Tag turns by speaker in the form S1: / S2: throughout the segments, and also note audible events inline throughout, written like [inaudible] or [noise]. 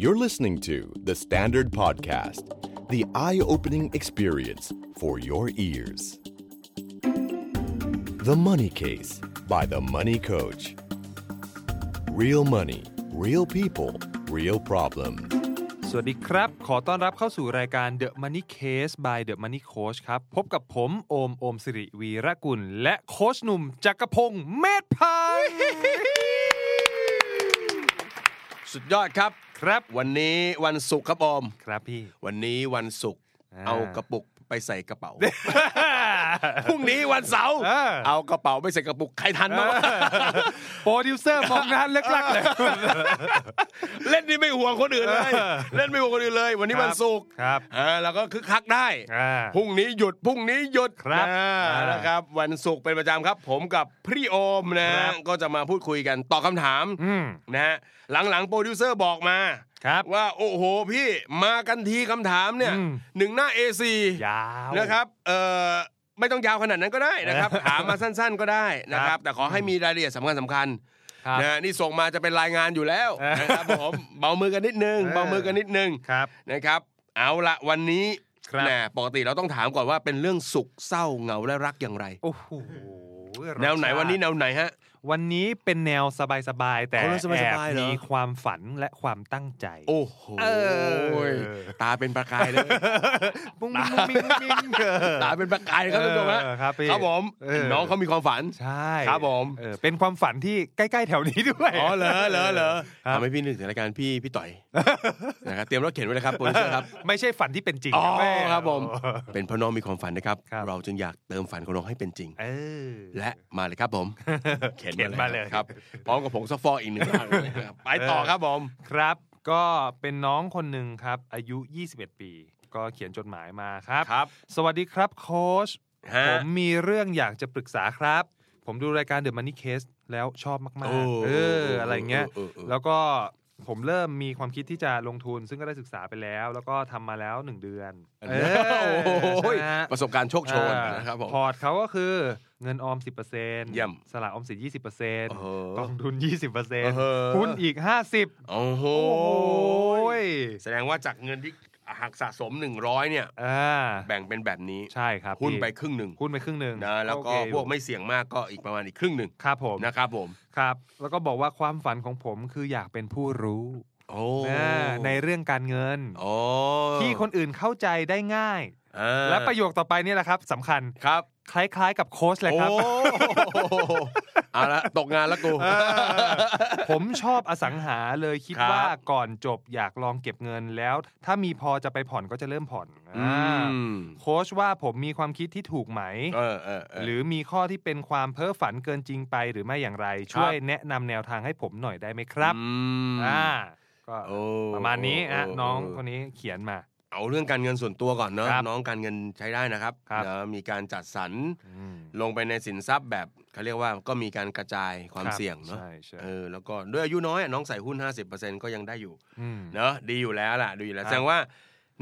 S1: You're listening to The Standard Podcast, the eye opening experience for your ears. The Money Case by The Money Coach. Real money, real people, real problems.
S2: สวัสดีครับ ขอต้อนรับเข้าสู่รายการ The Money Case by The Money Coach ครับ พบกับผมโอม โอมสิริวีระกุล และโค้ชหนุ่มจักรพงศ์เมธพันธ์
S3: สุดยอดครับ
S2: ครับ
S3: วันนี้วันศุกร์ครับอม
S2: ครับพี่
S3: วันนี้วันศุกร์
S2: อ่า
S3: เอากระปุกไปใส่กระเป๋า พรุ่งนี้วันเสาร์
S2: เออ
S3: เอากระเป๋าไปใส่กระปุกใครทันบ้างวะ
S2: โปรดิวเซอร์มองงานเล็กๆเลย
S3: เล่นนี่ไม่ห่วงคนอื่นเลย
S2: เออ
S3: เล่นไม่ห่วงคนอื่นเลย วันนี้
S2: ครับ
S3: วันศุกร์
S2: ครับ
S3: อ่าเราก็คึกคักได้
S2: อ่า
S3: พรุ่งนี้หยุดพรุ่งนี้หยุด
S2: ครับ
S3: อ่า
S2: อ่าน
S3: นะครับ วันศุกร์เป็นประจำครับ ผมกับพี่โอมนะครับ ก็จะมาพูดคุยกันตอบคำถาม
S2: อืม
S3: นะฮะหลังๆโปรดิวเซอร์บอกมา
S2: ครับ
S3: ว่าโอ้โหพี่มากันทีคำถามเนี่ย
S2: อืม
S3: หนึ่งหน้า A4
S2: ยาว
S3: นะครับเอ่อไม่ต้องยาวขนาดนั้นก็ได้นะครับ ถามมาสั้นๆก็ได้นะครับ แต่ขอให้มีรายละเอียดสำคัญสำคัญ
S2: ครับ
S3: นะฮะนี่ส่งมาจะเป็นรายงานอยู่แล้ว
S2: เออ
S3: นะครับผมเบามือกันนิดนึง
S2: เออ
S3: เบามือกันนิดนึง
S2: ครับ
S3: นะครับเอาละวันนี้
S2: ครับ
S3: นะปกติเราต้องถามก่อนว่าเป็นเรื่องสุขเศร้าเหงาและรักอย่างไร
S2: โอ้โห
S3: แนวไหนวันนี้แนวไหนฮะ
S2: วันนี้เป็นแนวสบายๆ แต่
S3: อ๋อแนวส
S2: แอบบ
S3: ายๆเหรอ
S2: มีความฝันและความตั้งใจ
S3: โอ้โห
S2: เออ
S3: ตาเป็นประกายเลย
S2: มุ้งมิ้งมุ้งมิ้งมุ้งมิ้งเออ
S3: ตาเป็นประกายนะครับท่านผู้ชมฮะ
S2: เออครับพี่
S3: ครับผม
S2: เออ
S3: น้องเขามีความฝัน
S2: ใช่
S3: ครับผม
S2: เออเป็นความฝันที่ใกล้ๆแถวนี้ด้วย
S3: อ๋อเหรอเหรอเหรอ
S2: ครับ
S3: ทำให้พี่นึกถึงรายการพี่พี่ต่อยนะครับเตรียมรถเข็นไว้เลยครับโปรดิวเซอ
S2: [laughs]
S3: ร์ครับ
S2: ไม่ใช่ฝันที่เป็นจริง
S3: อ๋อ
S2: นะแ
S3: ครับผม เป็นเพราะน้องมีความฝันนะครับ
S2: ครับ [laughs]
S3: เราจึงอยากเติมฝันของน้องให้เป็นจริง
S2: เออ
S3: และมาเลยครับผม
S2: [laughs] เข็นมาเลย
S3: ครับพร้อมกับผงซักฟอกอีกหนึ่งถังนะครับไปต่อครับผม
S2: ครับ ก็เป็นน้องคนหนึ่งครับ อายุ 21 ปี ก็เขียนจดหมายมาครับ
S3: ครับ
S2: สวัสดีครับโค้ช
S3: ฮะ
S2: ผมมีเรื่องอยากจะปรึกษาครับ ผมดูรายการเดอะมันนี่เคสแล้วชอบมาก
S3: โอ้
S2: ๆ เอออะไรเงี้ย
S3: เออเออเออ
S2: แล้วก็ผมเริ่มมีความคิดที่จะลงทุน ซึ่งก็ได้ศึกษาไปแล้ว แล้วก็ทำมาแล้วหนึ่งเดือน
S3: เออโอ้โห
S2: ใช่ไหมฮะ
S3: ประสบการณ์โชคโชน
S2: อ่า
S3: นะครับผม
S2: พอร์ตเขาก็คือเงินออม 10%เ
S3: เยี่
S2: ยี่
S3: ยม
S2: สลากออมสิน20%
S3: โอ้โห
S2: กองทุน
S3: โห
S2: 20%หุ้นอีก 50
S3: โอ้โห
S2: โอ้ย
S3: แสดงว่าจากเงินที่หักสะสม 100เนี่ย
S2: อ่า
S3: แบ่งเป็นแบบนี้
S2: ใช่ครับ
S3: หุ้น
S2: พี่
S3: ไปครึ่งหนึ่ง
S2: หุ้นไปครึ่งหนึ่ง
S3: นะแล้ว
S2: โอ
S3: ก็
S2: เค
S3: พวกไม่เสี่ยงมากก็อีกประมาณอีกครึ่งหนึ่ง
S2: ครับผม
S3: นะครับผม
S2: ครับ แล้วก็บอกว่าความฝันของผมคืออยากเป็นผู้รู้
S3: โอ้
S2: อ่าในเรื่องการเงิน
S3: โอ้
S2: ที่คนอื่นเข้าใจได้ง่าย
S3: อ่า
S2: และประโยคต่อไปนี่แหละครับสำคัญ
S3: ครับ
S2: คล้ายๆ กับโค้ชเลย
S3: โอ้
S2: ครับ
S3: เอาละตกงานแล้วกู
S2: ผมชอบอสังหาเลยคิด
S3: ครับ
S2: ว่าก่อนจบอยากลองเก็บเงินแล้ว ถ้ามีพอจะไปผ่อนก็จะเริ่มผ่อน
S3: อื
S2: อ่าม โค้ชว่าผมมีความคิดที่ถูกไหม
S3: เออเออเออ
S2: หรือมีข้อที่เป็นความเพ้อฝันเกินจริงไปหรือไม่อย่างไร ช่วยแนะนำแนวทางให้ผมหน่อยได้ไหมครับ
S3: อืม
S2: อ่าก็
S3: โอ้
S2: ประมาณนี้นะ
S3: โ
S2: น้องค
S3: โ
S2: นนี้เขียนมา
S3: เอาเรื่องการเงินส่วนตัวก่อนเนอะ
S2: ครับ
S3: น้องการเงินใช้ได้นะครับ
S2: ครับ
S3: นะมีการจัดสรร
S2: อืม
S3: ลงไปในสินทรัพย์แบบเขาเรียกว่าก็มีการกระจายความ
S2: รับ
S3: เสี่ยงเนอะ
S2: ใช่ใช่
S3: เออแล้วก็ด้วยอายุน้อยอะน้องใส่หุ้น 50%ก็ยังได้อยู่
S2: ม
S3: เนอะดีอยู่แล้วล่ะดีอยู่แล้ว
S2: ครับ
S3: แสดงว่า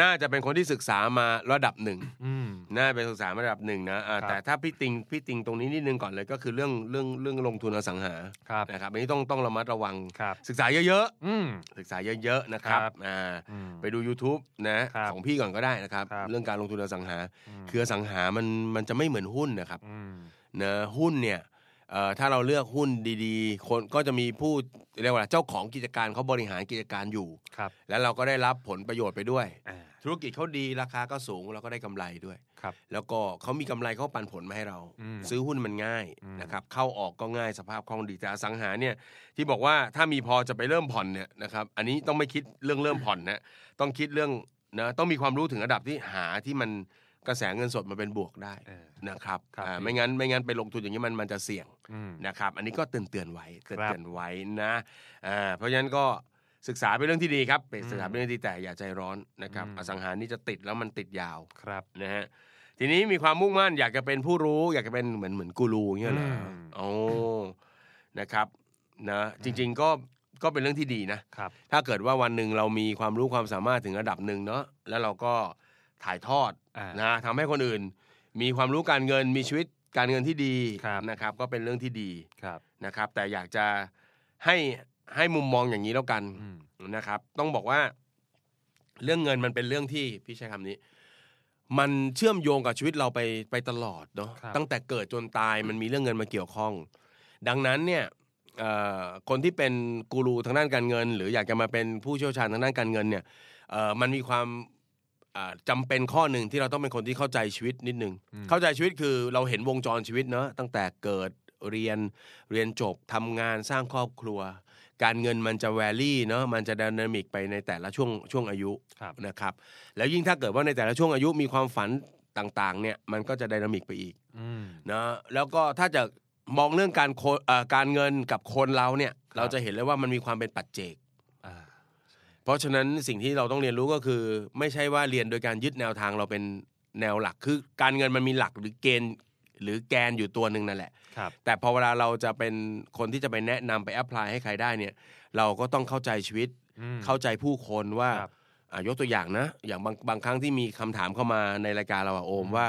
S3: น่าจะเป็นคนที่ศึกษามาระดับหนึ่ง
S2: อืม
S3: น่าเป็นศึกษามาระดับหนึ่งนะอ่า
S2: ครับ
S3: แต่ถ้าพี่ติงพี่ติงตรงนี้นิดนึงก่อนเลยก็คือเรื่องเรื่องเรื่องลงทุนอสังหา
S2: ครับ
S3: นะครับอันนี้ต้องต้องระมัดระวัง
S2: ครับ
S3: ศึกษาเยอะ
S2: อืม
S3: ๆ ศึกษาเยอะๆนะครับ
S2: ครับ
S3: อ่า
S2: อืม
S3: ไปดู YouTube นะครับ ของพี่ก่อนก็ได้นะครับ
S2: ครับ
S3: เรื่องการลงทุนอสังหา
S2: ม
S3: คืออสังหามันมันจะไม่เหมือนหุ้นนะครับ
S2: ม
S3: นะหุ้นเนี่ยเอ่อถ้าเราเลือกหุ้นดีๆ คนก็จะมีผู้เรียกว่าอะไรเจ้าของกิจการเขาบริหารกิจการอยู่
S2: ครับ
S3: แล้วเราก็ได้รับผลประโยชน์ไปด้วย
S2: อ่า
S3: ธุรกิจเขาดีราคาก็สูงเราก็ได้กำไรด้วย
S2: ครับ
S3: แล้วก็เขามีกำไรเขาปันผลมาให้เรา
S2: อืม
S3: ซื้อหุ้นมันง่าย
S2: อืม
S3: นะครับเข้าออกก็ง่ายสภาพคล่องดีแต่อสังหาเนี่ยที่บอกว่าถ้ามีพอจะไปเริ่มผ่อนเนี่ยนะครับอันนี้ต้องไม่คิดเรื่องเริ่มผ่อนนะต้องคิดเรื่องนะต้องมีความรู้ถึงระดับที่หาที่มันกระแสเงินสดมาเป็นบวกได้
S2: เออ
S3: นะครับ
S2: ครับ
S3: อ่า
S2: พี่
S3: ไม่งั้นไม่งั้นไปลงทุนอย่างนี้มันมันจะเสี่ยง
S2: อืม
S3: นะครับอันนี้ก็เตือนเตือนๆไว้เตือน
S2: ครับ
S3: เตือนไว้นะอ่าเพราะฉะนั้นก็ศึกษาเป็นเรื่องที่ดีครับเป็น
S2: อืม
S3: ศึกษาเป็นเรื่องที่ดีแต่อย่าใจร้อนนะครับ
S2: อืม
S3: อสังหานี่จะติดแล้วมันติดยาว
S2: ครับ
S3: นะฮะทีนี้มีความมุ่งมั่นอยากจะเป็นผู้รู้ อยากจะเป็นเหมือนเหมือนกูรูอย่างเงี้ยเหรอ
S2: อืม
S3: โอ้นะครับนะจริงๆก็ก็เป็นเรื่องที่ดีนะ
S2: ครับ
S3: ถ้าเกิดว่าวันหนึ่งเรามีความรู้ความสามารถถึงระดับหนึ่งเนาะแล้วเราก็ถ่ายทอด
S2: อ่า
S3: นะทำให้คนอื่น มีความรู้การเงินมีชีวิตการเงินที่ดี
S2: ครับ
S3: นะครับ ก็เป็นเรื่องที่ดี
S2: ครับ
S3: นะครับ แต่อยากจะให้ให้มุมมองอย่างนี้แล้วกัน
S2: อืม
S3: นะครับ ต้องบอกว่า เรื่องเงินมันเป็นเรื่องที่พี่ใช้คำนี้ มันเชื่อมโยงกับชีวิตเราไปไปตลอดเนาะ
S2: ครับ
S3: ตั้งแต่เกิดจนตายมันมีเรื่องเงินมาเกี่ยวข้อง ดังนั้นเนี่ยเอ่อคนที่เป็นกูรูทางด้านการเงิน หรืออยากจะมาเป็นผู้เชี่ยวชาญทางด้านการเงินเนี่ยเอ่อมันมีความอ่าจำาเป็นข้อหนึ่งที่เราต้องเป็นคนที่เข้าใจชีวิตนิดนึง
S2: อืม
S3: เข้าใจชีวิตคือเราเห็นวงจรชีวิตเนอะตั้งแต่เกิดเรียนเรียนจบทำงานสร้างครอบครัว การเงินมันจะแวรี่เนอะมันจะดินามิกไปในแต่ละช่วงช่วงอายุ
S2: ครับ
S3: นะครับแล้วยิ่งถ้าเกิดว่าในแต่ละช่วงอายุมีความฝันต่างๆเนี่ยมันก็จะดินามิกไปอีก
S2: อืม
S3: นะแล้วก็ถ้าจะมองเรื่องการโคเอ่อการเงินกับคนเราเนี่ย
S2: ครับ
S3: เราจะเห็นเลยว่ามันมีความเป็นปัจเจก
S2: อ่า
S3: เพราะฉะนั้นสิ่งที่เราต้องเรียนรู้ก็คือ ไม่ใช่ว่าเรียนโดยการยึดแนวทางเราเป็นแนวหลัก คือการเงินมันมีหลักหรือเกณฑ์หรือแกนอยู่ตัวหนึ่งนั่นแหละ
S2: ครับ
S3: แต่พอเวลาเราจะเป็นคนที่จะไปแนะนำไปแอพพลายให้ใครได้เนี่ยเราก็ต้องเข้าใจชีวิต
S2: อืม
S3: เข้าใจผู้คนว่า
S2: ครับ
S3: อ่ะยกตัวอย่างนะ อย่างบางบางครั้งที่มีคำถามเข้ามาในรายการเราอะโอม
S2: อืม
S3: ว่า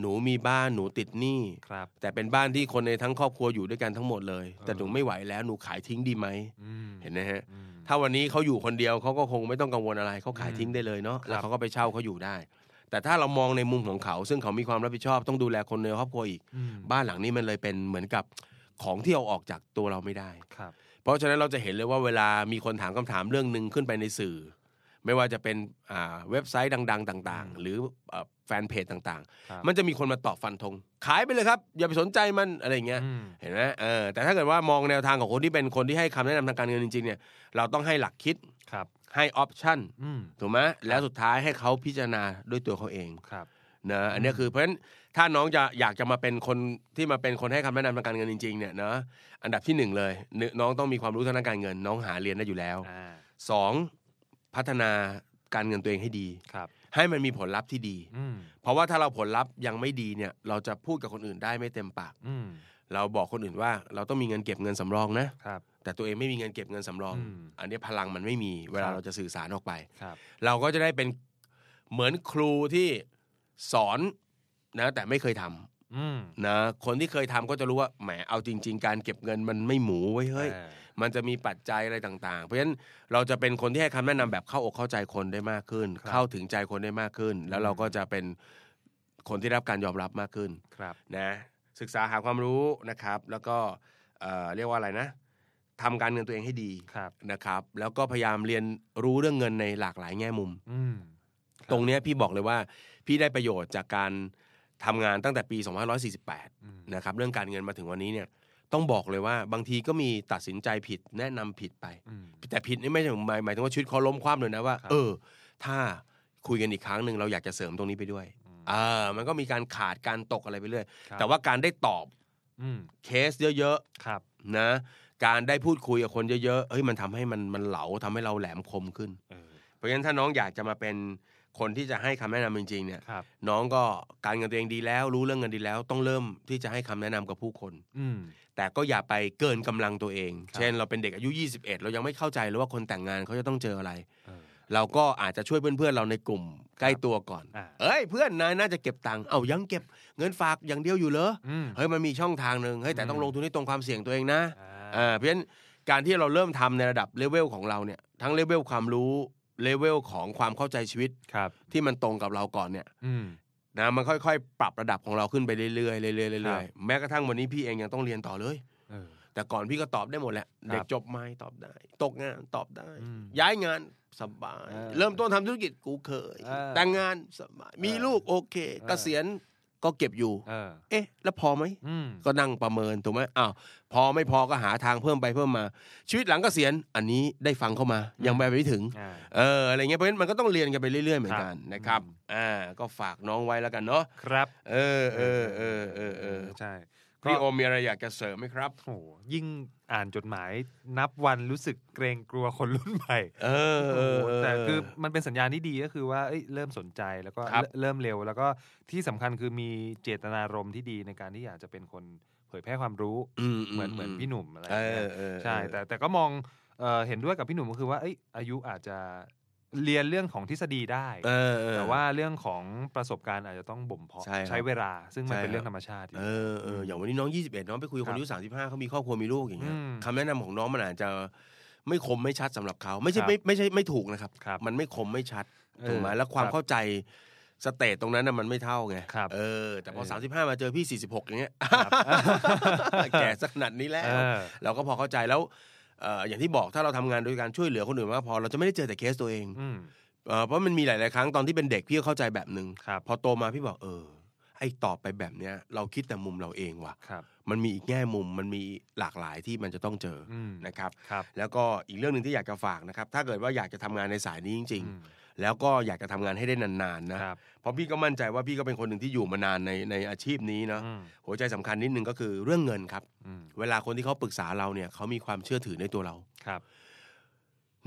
S3: หนูมีบ้านหนูติดหนี้
S2: ครับ
S3: แต่เป็นบ้านที่คนในทั้งครอบครัวอยู่ด้วยกันทั้งหมดเลย
S2: เออ
S3: แต่หนูไม่ไหวแล้วหนูขายทิ้งดีไหม
S2: อืม
S3: เห็นไหมฮะ
S2: อืม
S3: ถ้าวันนี้เขาอยู่คนเดียวเขาก็คงไม่ต้องกังวลอะไรเขาขาย
S2: อืม
S3: ทิ้งได้เลยเนาะ
S2: ครับ
S3: แล้วเขาก็ไปเช่าเขาอยู่ได้ แต่ถ้าเรามองในมุมของเขา ซึ่งเขามีความรับผิดชอบต้องดูแลคนในครอบครัวอีก
S2: อืม
S3: บ้านหลังนี้มันเลยเป็นเหมือนกับของที่เอาออกจากตัวเราไม่ได้
S2: ครับ
S3: เพราะฉะนั้นเราจะเห็นเลยว่าเวลามีคนถามคำถามเรื่องหนึ่งขึ้นไปในสื่อ ไม่ว่าจะเป็นอ่าเว็บไซต์ดัง ๆ ต่าง
S2: อืม
S3: ๆ หรือเอ่อแฟนเพจต่าง
S2: ครับ
S3: ๆ มันจะมีคนมาตอบฟันธงขายไปเลยครับ อย่าไปสนใจมันอะไรอย่างเงี้ย
S2: อืม
S3: เห็นไหมเออแต่ถ้าเกิดว่ามองแนวทางของคนที่เป็นคนที่ให้คำแนะนำทางการเงินจริงๆเนี่ยเราต้องให้หลักคิด
S2: ครับ
S3: ให้ออปชั่น
S2: อืม
S3: ถูกไหมแล้วสุดท้ายให้เขาพิจารณาด้วยตัวเขาเอง
S2: ครับ
S3: นะอันเนี้ยคือเพราะฉะนั้นถ้าน้องจะอยากจะมาเป็นคนที่มาเป็นคนให้คำแนะนำทางการเงินจริงๆเนี่ยนะอันดับที่หนึ่งเลยนน้องต้องมีความรู้ทางด้านการเงิน น้องหาเรียนได้อยู่แล้ว
S2: อ่า
S3: สองพัฒนาการเงินตัวเองให้ดี
S2: ครับ
S3: ให้มันมีผลลัพธ์ที่ดี
S2: อืม
S3: เพราะว่าถ้าเราผลลัพธ์ยังไม่ดีเนี่ยเราจะพูดกับคนอื่นได้ไม่เต็มปาก
S2: อืม
S3: เราบอกคนอื่นว่าเราต้องมีเงินเก็บเงินสำรองนะ
S2: ครับ
S3: แต่ตัวเองไม่มีเงินเก็บเงินสำรอง
S2: อืม
S3: อันเนี้ยพลังมันไม่มีเว
S2: ค
S3: ลา
S2: รับ
S3: เราจะสื่อสารออกไป
S2: ครับ
S3: เราก็จะได้เป็นเหมือนครูที่สอนนะแต่ไม่เคยท
S2: อืม
S3: ำนะคนที่เคยทำก็จะรู้ว่าแหมเอาจริง ๆ การเก็บเงินมันไม่หมูเว้ยเฮ้ย
S2: อ่า
S3: มันจะมีปัจจัยอะไรต่างๆ เพราะฉะนั้นเราจะเป็นคนที่ให้คำแนะนำแบบเข้าอกเข้าใจคนได้มากขึ้น เข้าถึงใจคนได้มากขึ้น แล้วเราก็จะเป็นคนที่ได้รับการยอมรับมากขึ้น
S2: ครับ
S3: นะศึกษาหาความรู้นะครับ แล้วก็เอ่อเรียกว่าอะไรนะทำการเงินตัวเองให้ดี
S2: ครับ
S3: นะครับ แล้วก็พยายามเรียนรู้เรื่องเงินในหลากหลายแง่มุม
S2: อืม ครับ
S3: ตรงเนี้ยพี่บอกเลยว่า พี่ได้ประโยชน์จากการทำงานตั้งแต่ปี 2548
S2: อืม
S3: นะครับ เรื่องการเงินมาถึงวันนี้เนี่ยต้องบอกเลยว่าบางทีก็มีตัดสินใจผิดแนะนำผิดไป
S2: อืม
S3: แต่ผิดนี่ไม่ใช่หมายหมายถึงว่าชีวิตเขาล้มคว่ำเลยนะว่า
S2: ครับ
S3: เออ ถ้าคุยกันอีกครั้งหนึ่งเราอยากจะเสริมตรงนี้ไปด้วยอ่ามันก็มีการขาดการตกอะไรไปเรื่อย
S2: ครับ
S3: แต่ว่าการได้ตอบ
S2: อืม
S3: เคสเยอะ
S2: ครับ
S3: ๆนะการได้พูดคุยกับคนเยอะๆเอ้ยมันทำให้มันมันเหลาทำให้เราแหลมคมขึ้น
S2: เออ
S3: เพราะฉะนั้นถ้าน้องอยากจะมาเป็นคนที่จะให้คำแนะนำจริงๆเนี่ย
S2: ครับ
S3: น้องก็การเงินตัวเองดีแล้ว รู้เรื่องเงินดีแล้ว ต้องเริ่มที่จะให้คำแนะนำกับผู้คน
S2: อืม
S3: แต่ก็อย่าไปเกินกำลังตัวเอง
S2: ครับ
S3: เช่น เราเป็นเด็กอายุ 21 เรายังไม่เข้าใจเลยว่าคนแต่งงานเขาจะต้องเจออะไร
S2: เออ
S3: เราก็อาจจะช่วยเพื่อนๆเราในกลุ่มใกล้ตัวก่อน
S2: อ่า
S3: เอ้ยเพื่อนนายน่าจะเก็บตังค์เอ้ายังเก็บเงินฝากอย่างเดียวอยู่เหรอ
S2: อืม
S3: เฮ้ยมันมีช่องทางหนึ่งเฮ้ยแต่ต้อ
S2: อื
S3: ง
S2: ม
S3: ลงทุนให้ตรงความเสี่ยงตัวเองนะ
S2: อ่า
S3: อ่าเพราะฉะนั้นการที่เราเริ่มทำในระดับเลเวลของเราเนี่ยทั้งเลเวลความรู้เลเวลของความเข้าใจชีวิต
S2: ครับ
S3: ที่มันตรงกับเราก่อนเนี่ย
S2: อืม
S3: นะมันค่อยๆ ปรับระดับของเราขึ้นไปเรื่อยๆเรื่อยๆ
S2: ครั
S3: เรื่อบ ยๆแม้กระทั่งวันนี้พี่เองยังต้องเรียนต่อเลย
S2: เออ
S3: แต่ก่อนพี่ก็ตอบได้หมดแหละ
S2: ครับ
S3: เด็กจบใหม่ตอบได้ ตกงานตอบได้
S2: อืม
S3: ย้ายงานสบาย
S2: เออ
S3: เริ่มต้นทำธุรกิจกูเคย
S2: เออ
S3: แต่งงานสบายมี
S2: เออ
S3: ลูกโอเค
S2: เออ
S3: เกษียณก็เก็บอยู่
S2: เออ
S3: เอ๊ะ แล้วพอไหม
S2: อืม
S3: ก็นั่งประเมินถูกไหมอ้าวพอไม่พอก็หาทางเพิ่มไปเพิ่มมา ชีวิตหลังเกษียณอันนี้ได้ฟังเข้ามา ยังไปไม่ถึง
S2: อ่า
S3: เอออะไรเงี้ยเพราะฉะนั้นมันก็ต้องเรียนกันไปเรื่อย ๆ เหมือนกั
S2: ครั
S3: น
S2: บ
S3: นะครับอ่าก็ฝากน้องไว้แล้วกันเนาะ
S2: ครับ
S3: เออเออเออเออเออ
S2: ใช่
S3: พี่โอมมีอะไรอยากจะเสริมไหมครับ
S2: โหยิ่งอ่านจดหมายนับวันรู้สึกเกรงกลัวคนรุ่นใหม่
S3: เออเออ
S2: โอ้โห
S3: เออ
S2: แต่คือมันเป็นสัญญาณที่ดีก็คือว่าเอ้ยเริ่มสนใจแล้วก็
S3: ครับ
S2: เริ่มเริ่มเร็ว แล้วก็ที่สำคัญคือมีเจตนารมณ์ที่ดีในการที่อยากจะเป็นคนเผยแพร่ความรู้เหมือนเหมือนพี่หนุ่มอะไรอ
S3: เอย่าง
S2: เงี้
S3: อย เออ
S2: ใช่
S3: เออ
S2: แต่แต่ก็มองเอ่อเห็นด้วยกับพี่หนุ่มก็คือว่าเอ้ยอายุอาจจะเรียนเรื่องของทฤษฎีได้
S3: เออเออ
S2: แต่ว่าเรื่องของประสบการณ์อาจจะต้องบ่มเพาะ
S3: ใช่ครับ
S2: เวลา ซึ่งมัน
S3: ใช่
S2: เป็นเรื่อง
S3: ค
S2: ธ
S3: รั
S2: ร
S3: บ
S2: รมชาติอยู่
S3: เออเอออย่างวันนี้น้อง 21 น้องไปคุยกับ
S2: ค
S3: ครับนอายุ35เขามีครอบครัวมีลูกอย่างเงี้ย
S2: อืม
S3: คำแนะนำของน้องมันอาจจะ ไม่คมไม่ชัดสำหรับเขาไม่ใช่
S2: ครับ
S3: ไม่ไม่ใช่ไม่ถูกนะครับ
S2: ครับ
S3: มันไม่คมไม่ชัด
S2: เออ
S3: ถูกไหมแล้วควา
S2: ค
S3: ม
S2: รับ
S3: เข้าใจสเตตตรงนั้นน่ะมันไม่เท่าไง
S2: ครับ
S3: เออ แต่พอ
S2: เออ
S3: สามสิบห้ามาเจอพี่สี่สิบหกอย่างเงี้ย แก่ [laughs] สักขนาดนี้แล้ว
S2: เออ
S3: เราก็พอเข้าใจแล้วเอ่ออย่างที่บอกถ้าเราทำงานโดยการช่วยเหลือคนอื่นมากพอเราจะไม่ได้เจอแต่เคสตัวเอง
S2: อืม
S3: เอ่อเพราะมันมีหลาย ๆ ครั้งตอนที่เป็นเด็กพี่ก็เข้าใจแบบหนึง่ง
S2: ครับ
S3: พอโตมาพี่บอกเออ ไอ้ตอบไปแบบเนี้ย เราคิดแต่มุมเราเองว่ะ
S2: ครับ
S3: มันมีอีกแง่มุมมันมีหลากหลายที่มันจะต้องเจออ
S2: อืม
S3: นะครับ
S2: ครับ
S3: แล้วก็อีกเรื่องหนึ่งที่อยากจะฝากนะครับ ถ้าเกิดว่าอยากจะทำงานในสายนี้จริง
S2: อืม
S3: ๆ แล้วก็อยากจะทำงานให้ได้นานๆนะครับ เพราะพี่ก็มั่นใจว่าพี่ก็เป็นคนหนึ่งที่อยู่มานานในในอาชีพนี้เนอะ
S2: อืม
S3: หัวใจสำคัญนิดนึงก็คือเรื่องเงินครับ
S2: อืม
S3: เวลาคนที่เขาปรึกษาเราเนี่ยเขามีความเชื่อถือในตัวเรา
S2: ครับ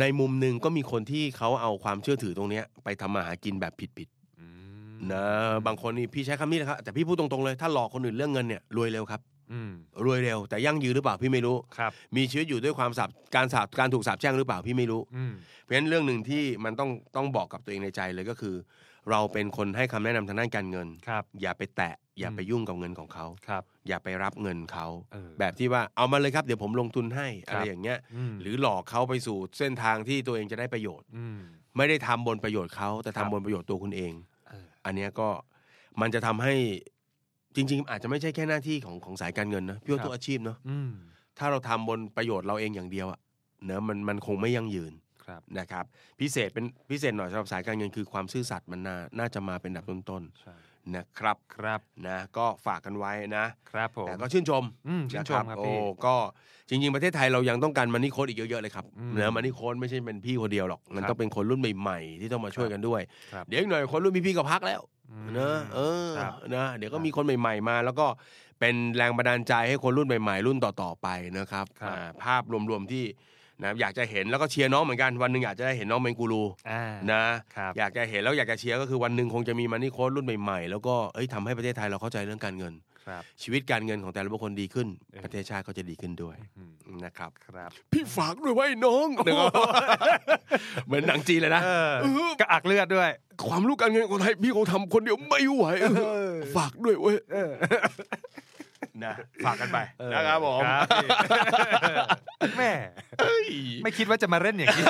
S3: ในมุมหนึ่งก็มีคนที่เขาเอาความเชื่อถือตรงเนี้ยไปทำมาหากินแบบผิด
S2: อืม
S3: ๆนะบางคนนี่พี่ใช้คำนี้นะครับแต่พี่พูดตรงๆเลยถ้าหลอกคนอื่นเรื่องเงินเนี่ยรวยเร็วครับ
S2: อืม
S3: รวยเร็ว แต่ยั่งยืนหรือเปล่าพี่ไม่รู้
S2: ครับ
S3: มีชีวิตอยู่ด้วยความสาบการสาบการถูกสาบแช่งหรือเปล่าพี่ไม่รู้
S2: อืม
S3: เพราะฉะนั้นเรื่องหนึ่งที่มันต้องต้องบอกกับตัวเองในใจเลยก็คือ เราเป็นคนให้คำแนะนำทางด้านการเงิน
S2: ครับ
S3: อย่าไปแตะอย่าไปยุ่งกับเงินของเขา
S2: ครับ
S3: อย่าไปรับเงินเขา
S2: เออ
S3: แบบที่ว่าเอามาเลยครับเดี๋ยวผมลงทุนให้อะ
S2: ค
S3: ไร
S2: รับ
S3: อย่างเงี้ย
S2: ม
S3: หรือหลอกเขาไปสู่เส้นทางที่ตัวเองจะได้ประโยชน์
S2: ม
S3: ไม่ได้ทำบนประโยชน์เขาแต่
S2: ครั
S3: ทำ
S2: บ
S3: บนประโยชน์ตัวคุณเอง
S2: เออ
S3: อันเนี้ยก็มันจะทำให้จริง ๆ อาจจะไม่ใช่แค่หน้าที่ของของสายการเงินนะพี่ว่าทุกอาชีพเนาะ
S2: อืม
S3: ถ้าเราทำบนประโยชน์เราเองอย่างเดียวอะเนอะมันมันคงไม่ยั่งยืน
S2: ครับ
S3: นะครับ พิเศษเป็นพิเศษหน่อยสำหรับสายการเงินคือความซื่อสัตย์มันน่าน่าจะมาเป็นอันดับต้น
S2: ใช่
S3: ๆนะครับ
S2: ครับ
S3: นะก็ฝากกันไว้นะครับ
S2: ผม
S3: แต่ก็ชื่นชม
S2: อืมชื่นชม
S3: นะครับ โอ้
S2: พี่
S3: ก็จริง ๆ ประเทศไทยเรายังต้องการมันนี่โค้ดอีกเยอะๆเลยครับ
S2: อืม
S3: เนื้อมันนี่โค้ดไม่ใช่เป็นพี่คนเดียวหรอกมัน
S2: ครับ
S3: ต้องเป็นคนรุ่นใหม่ๆ ที่ต้องมาช่วยกันด้วย
S2: ครับ
S3: เดี๋ยวอีกหน่อยคนรุ่นพี่ๆก็พักแล้ว
S2: ม
S3: เนอะเออ
S2: ครับ
S3: นะเดี๋ยวก็
S2: ครับ
S3: มีคนใหม่ ๆ มา แล้วก็เป็นแรงบันดาลใจให้คนรุ่นใหม่ ๆ รุ่นต่อๆไปนะครับ
S2: ครับ
S3: อ่าภาพรวมๆที่นะอยากจะเห็นแล้วก็เชียร์น้องเหมือนกันวันหนึ่งอยากจะได้เห็นน้องเป็นกูรู
S2: อ่า
S3: นะครับ อยากจะเห็นแล้วอยากจะเชียร์ก็คือวันหนึ่งคงจะมีมันนี่โค้ดรุ่นใหม่ๆ แล้วก็เอ้ยทำให้ประเทศไทยเราเข้าใจเรื่องการเงิน
S2: ครับ
S3: ชีวิตการเงินของแต่ละบุคคลดีขึ้น
S2: เออ
S3: ประเทศชาติก็จะดีขึ้นด้วย
S2: อืม
S3: นะครับ
S2: ครับ
S3: พี่ฝากด้วยไว้น้องนะครับเหมือนหนังจีนเลยนะ
S2: เออ
S3: เออก
S2: ระอักเลือดด้วย
S3: ความรู้การเงินของไทยพี่คงทำคนเดียวไม่ไหวเออ
S2: อ
S3: ฝากด้วยเว้ย
S2: เออ
S3: นะฝากกันไปนะครับผม
S2: ครับพี่แม่ [laughs]
S3: เอ้ย
S2: ไม่คิดว่าจะมาเล่นอย่างนี้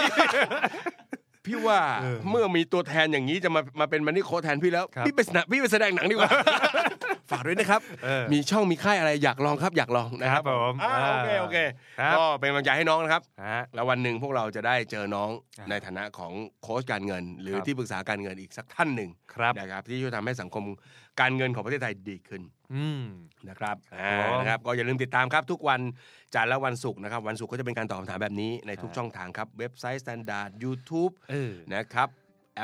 S3: พี่ว่า
S2: เออ
S3: เมื่อมีตัวแทนอย่างนี้จะมามาเป็นมันนี่โค้ชแทนพี่แล้ว
S2: ครับ
S3: พี่ไปสนะพี่ไปแสดงหนังดีกว่า
S2: [laughs]
S3: ฝากด้วยนะครับ
S2: เออ
S3: มีช่องมีค่ายอะไรอยากลองครับอยากลองนะค
S2: ค
S3: รั
S2: รับ บผม
S3: อ่าโอเคโอเค
S2: ครับ
S3: ก็เป็นกำลังใจให้น้องนะครับ
S2: ฮะ
S3: แล้ววันหนึ่งพวกเราจะได้เจอน้อง
S2: อ่า
S3: ในฐานะของโค้ชการเงิน หรือ
S2: ครับ
S3: ที่ปรึกษาการเงินอีกสักท่านหนึ่ง
S2: ครับ
S3: นะครับที่ช่วยทำให้สังคมการเงินของประเทศไทยดีขึ้น
S2: อืม
S3: นะครับอ่า
S2: ผม
S3: นะครับก็อย่าลืมติดตามครับ ทุกวันจันทร์และวันศุกร์นะครับ วันศุกร์ก็จะเป็นการตอบคำถามแบบนี้ในทุ
S2: ค
S3: ก
S2: รับ
S3: ช่องทางครับ เว็บไซต์ Standard YouTube
S2: เออ
S3: นะครับ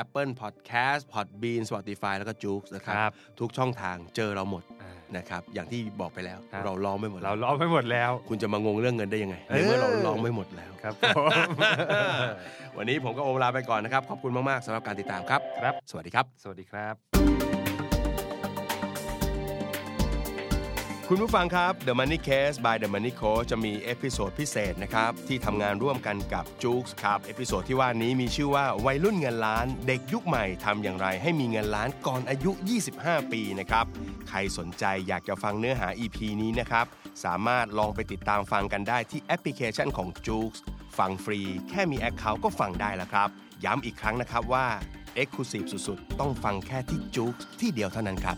S3: Apple Podcast Podbean Spotify แล้วก็ j o o x นะครั
S2: ครับ บ
S3: ทุกช่องทางเจอเราหมด
S2: อ่า
S3: นะครับอย่างที่บอกไปแล้ว
S2: ครับ
S3: เราล้อมไม่หมด
S2: เรา
S3: แล้ว
S2: ล้อมไปหมดแล้ว
S3: คุณจะมางงเรื่องเงินได้ยังไง
S2: เอ
S3: ใน
S2: อ
S3: เมื่อเราล้อมไม่หมดแล้ว
S2: ครับผม
S3: วันนี้ผมก็โอมลาไปก่อนนะครับ ขอบคุณมาก ๆสำหรับการติดตามครับ
S2: ครับ
S3: สวัสดีครับ
S2: สวัสดีครับ
S3: คุณผู้ฟังครับ The Money Case by The Money Coach จะมีเอพิโซดพิเศษนะครับ ที่ทำงานร่วมกันกับจู๊กครับ เอพิโซดที่ว่านี้มีชื่อว่าวัยรุ่นเงินล้าน เด็กยุคใหม่ทำอย่างไรให้มีเงินล้านก่อนอายุ 25 ปีนะครับ ใครสนใจอยากจะฟังเนื้อหา EP นี้นะครับ สามารถลองไปติดตามฟังกันได้ที่แอปพลิเคชันของจู๊กฟังฟรี แค่มี Account ก็ฟังได้แล้วครับ ย้ำอีกครั้งนะครับว่า Exclusive สุดๆ ต้องฟังแค่ที่จู๊กที่เดียวเท่านั้นครับ